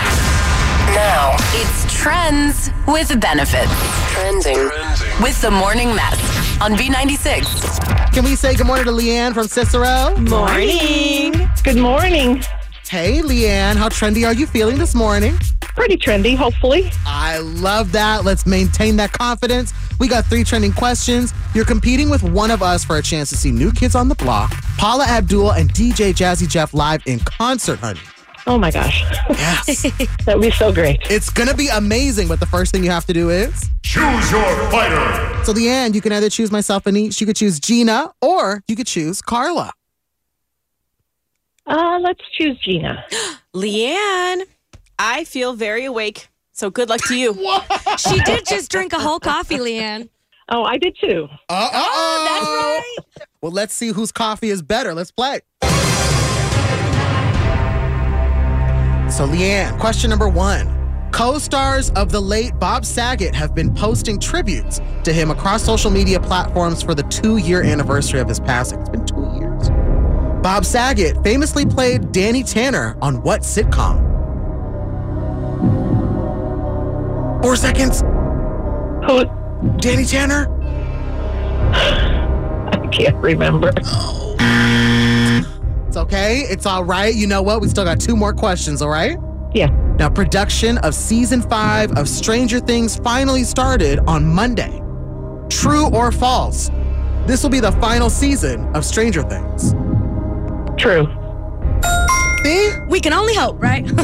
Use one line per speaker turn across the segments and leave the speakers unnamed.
Now it's trends with benefits. Trending, with the morning mess on B96.
Can we say good morning to Leanne from Cicero?
Morning. Good morning.
Hey, Leanne, how trendy are you feeling this morning?
Pretty trendy, hopefully.
I love that. Let's maintain that confidence. We got three trending questions. You're competing with one of us for a chance to see New Kids on the Block, Paula Abdul, and DJ Jazzy Jeff live in concert, honey.
Oh my gosh.
Yes.
That would be so great.
it's going to be amazing, but the first thing you have to do is.
Choose your fighter.
So, Leanne, you can either choose myself and each. You could choose Gina, or you could choose Carla.
Uh, let's choose Gina.
Leanne, I feel very awake. So good luck to you.
She did just drink a whole coffee, Leanne.
Oh, I did too.
Uh oh. That's right. Well, let's see whose coffee is better. Let's play. So, Leanne, question number one. Co stars of the late Bob Saget have been posting tributes to him across social media platforms for the two year anniversary of his passing. It's been two years. Bob Saget famously played Danny Tanner on what sitcom? Four seconds.
Who?
Danny Tanner?
I can't remember.
It's okay. It's all right. You know what? We still got two more questions, all right?
Yeah.
Now, production of season five of Stranger Things finally started on Monday. True or false? This will be the final season of Stranger Things.
True.
See?
We can only hope, right?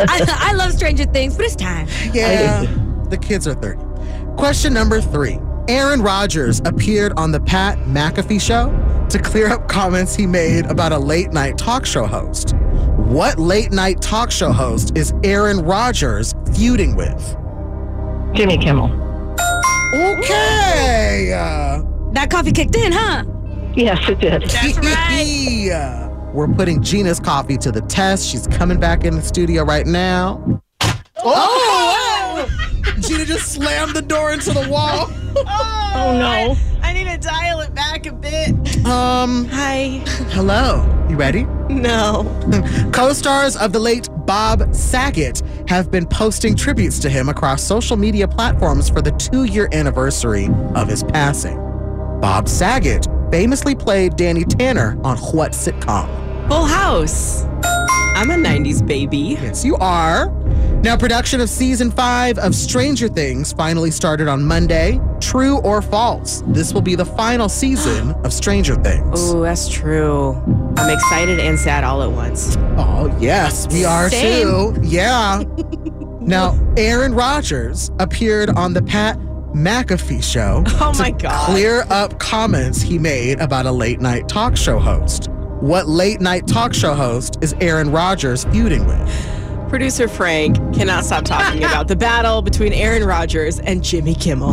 I, I love Stranger Things, but it's time.
Yeah. The kids are 30. Question number three Aaron Rodgers appeared on the Pat McAfee show to clear up comments he made about a late night talk show host. What late night talk show host is Aaron Rodgers feuding with?
Jimmy Kimmel.
Okay. Uh,
That coffee kicked in, huh?
Yes, it did.
That's right.
yeah. We're putting Gina's coffee to the test. She's coming back in the studio right now. Oh! Gina just slammed the door into the wall.
Oh no.
I need to dial it back a bit.
Um,
Hi.
hello. You ready?
No.
Co stars of the late Bob Saget have been posting tributes to him across social media platforms for the two year anniversary of his passing. Bob Saget famously played Danny Tanner on what sitcom?
Full house. I'm a 90s baby.
Yes, you are. Now, production of season five of Stranger Things finally started on Monday. True or false? This will be the final season of Stranger Things.
Oh, that's true. I'm excited and sad all at once.
Oh, yes, we are
Same.
too. Yeah. now, Aaron Rodgers appeared on the Pat McAfee show
Oh my God.
clear up comments he made about a late night talk show host. What late night talk show host is Aaron Rodgers feuding with?
Producer Frank cannot stop talking about the battle between Aaron Rodgers and Jimmy Kimmel.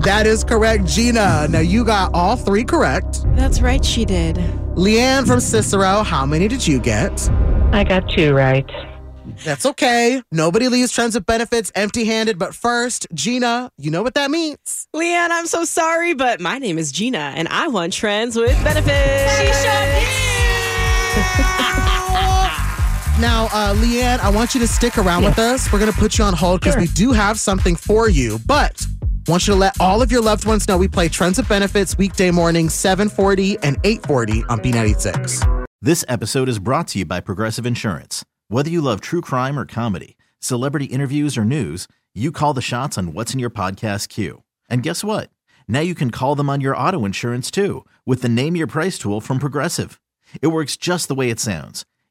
that is correct, Gina. Now you got all three correct.
That's right, she did.
Leanne from Cicero, how many did you get?
I got two right.
That's okay. Nobody leaves trends of benefits empty handed. But first, Gina, you know what that means.
Leanne, I'm so sorry, but my name is Gina, and I want trends with benefits. She
Now, uh, Leanne, I want you to stick around with us. We're going to put you on hold because
Sure.
we do have something for you. But
Want you to let all of your loved ones know we play Trends of Benefits weekday mornings 740 and 840 on B96.
This episode is brought to you by Progressive Insurance. Whether you love true crime or comedy, celebrity interviews or news, you call the shots on what's in your podcast queue. And guess what? Now you can call them on your auto insurance too with the Name Your Price tool from Progressive. It works just the way it sounds.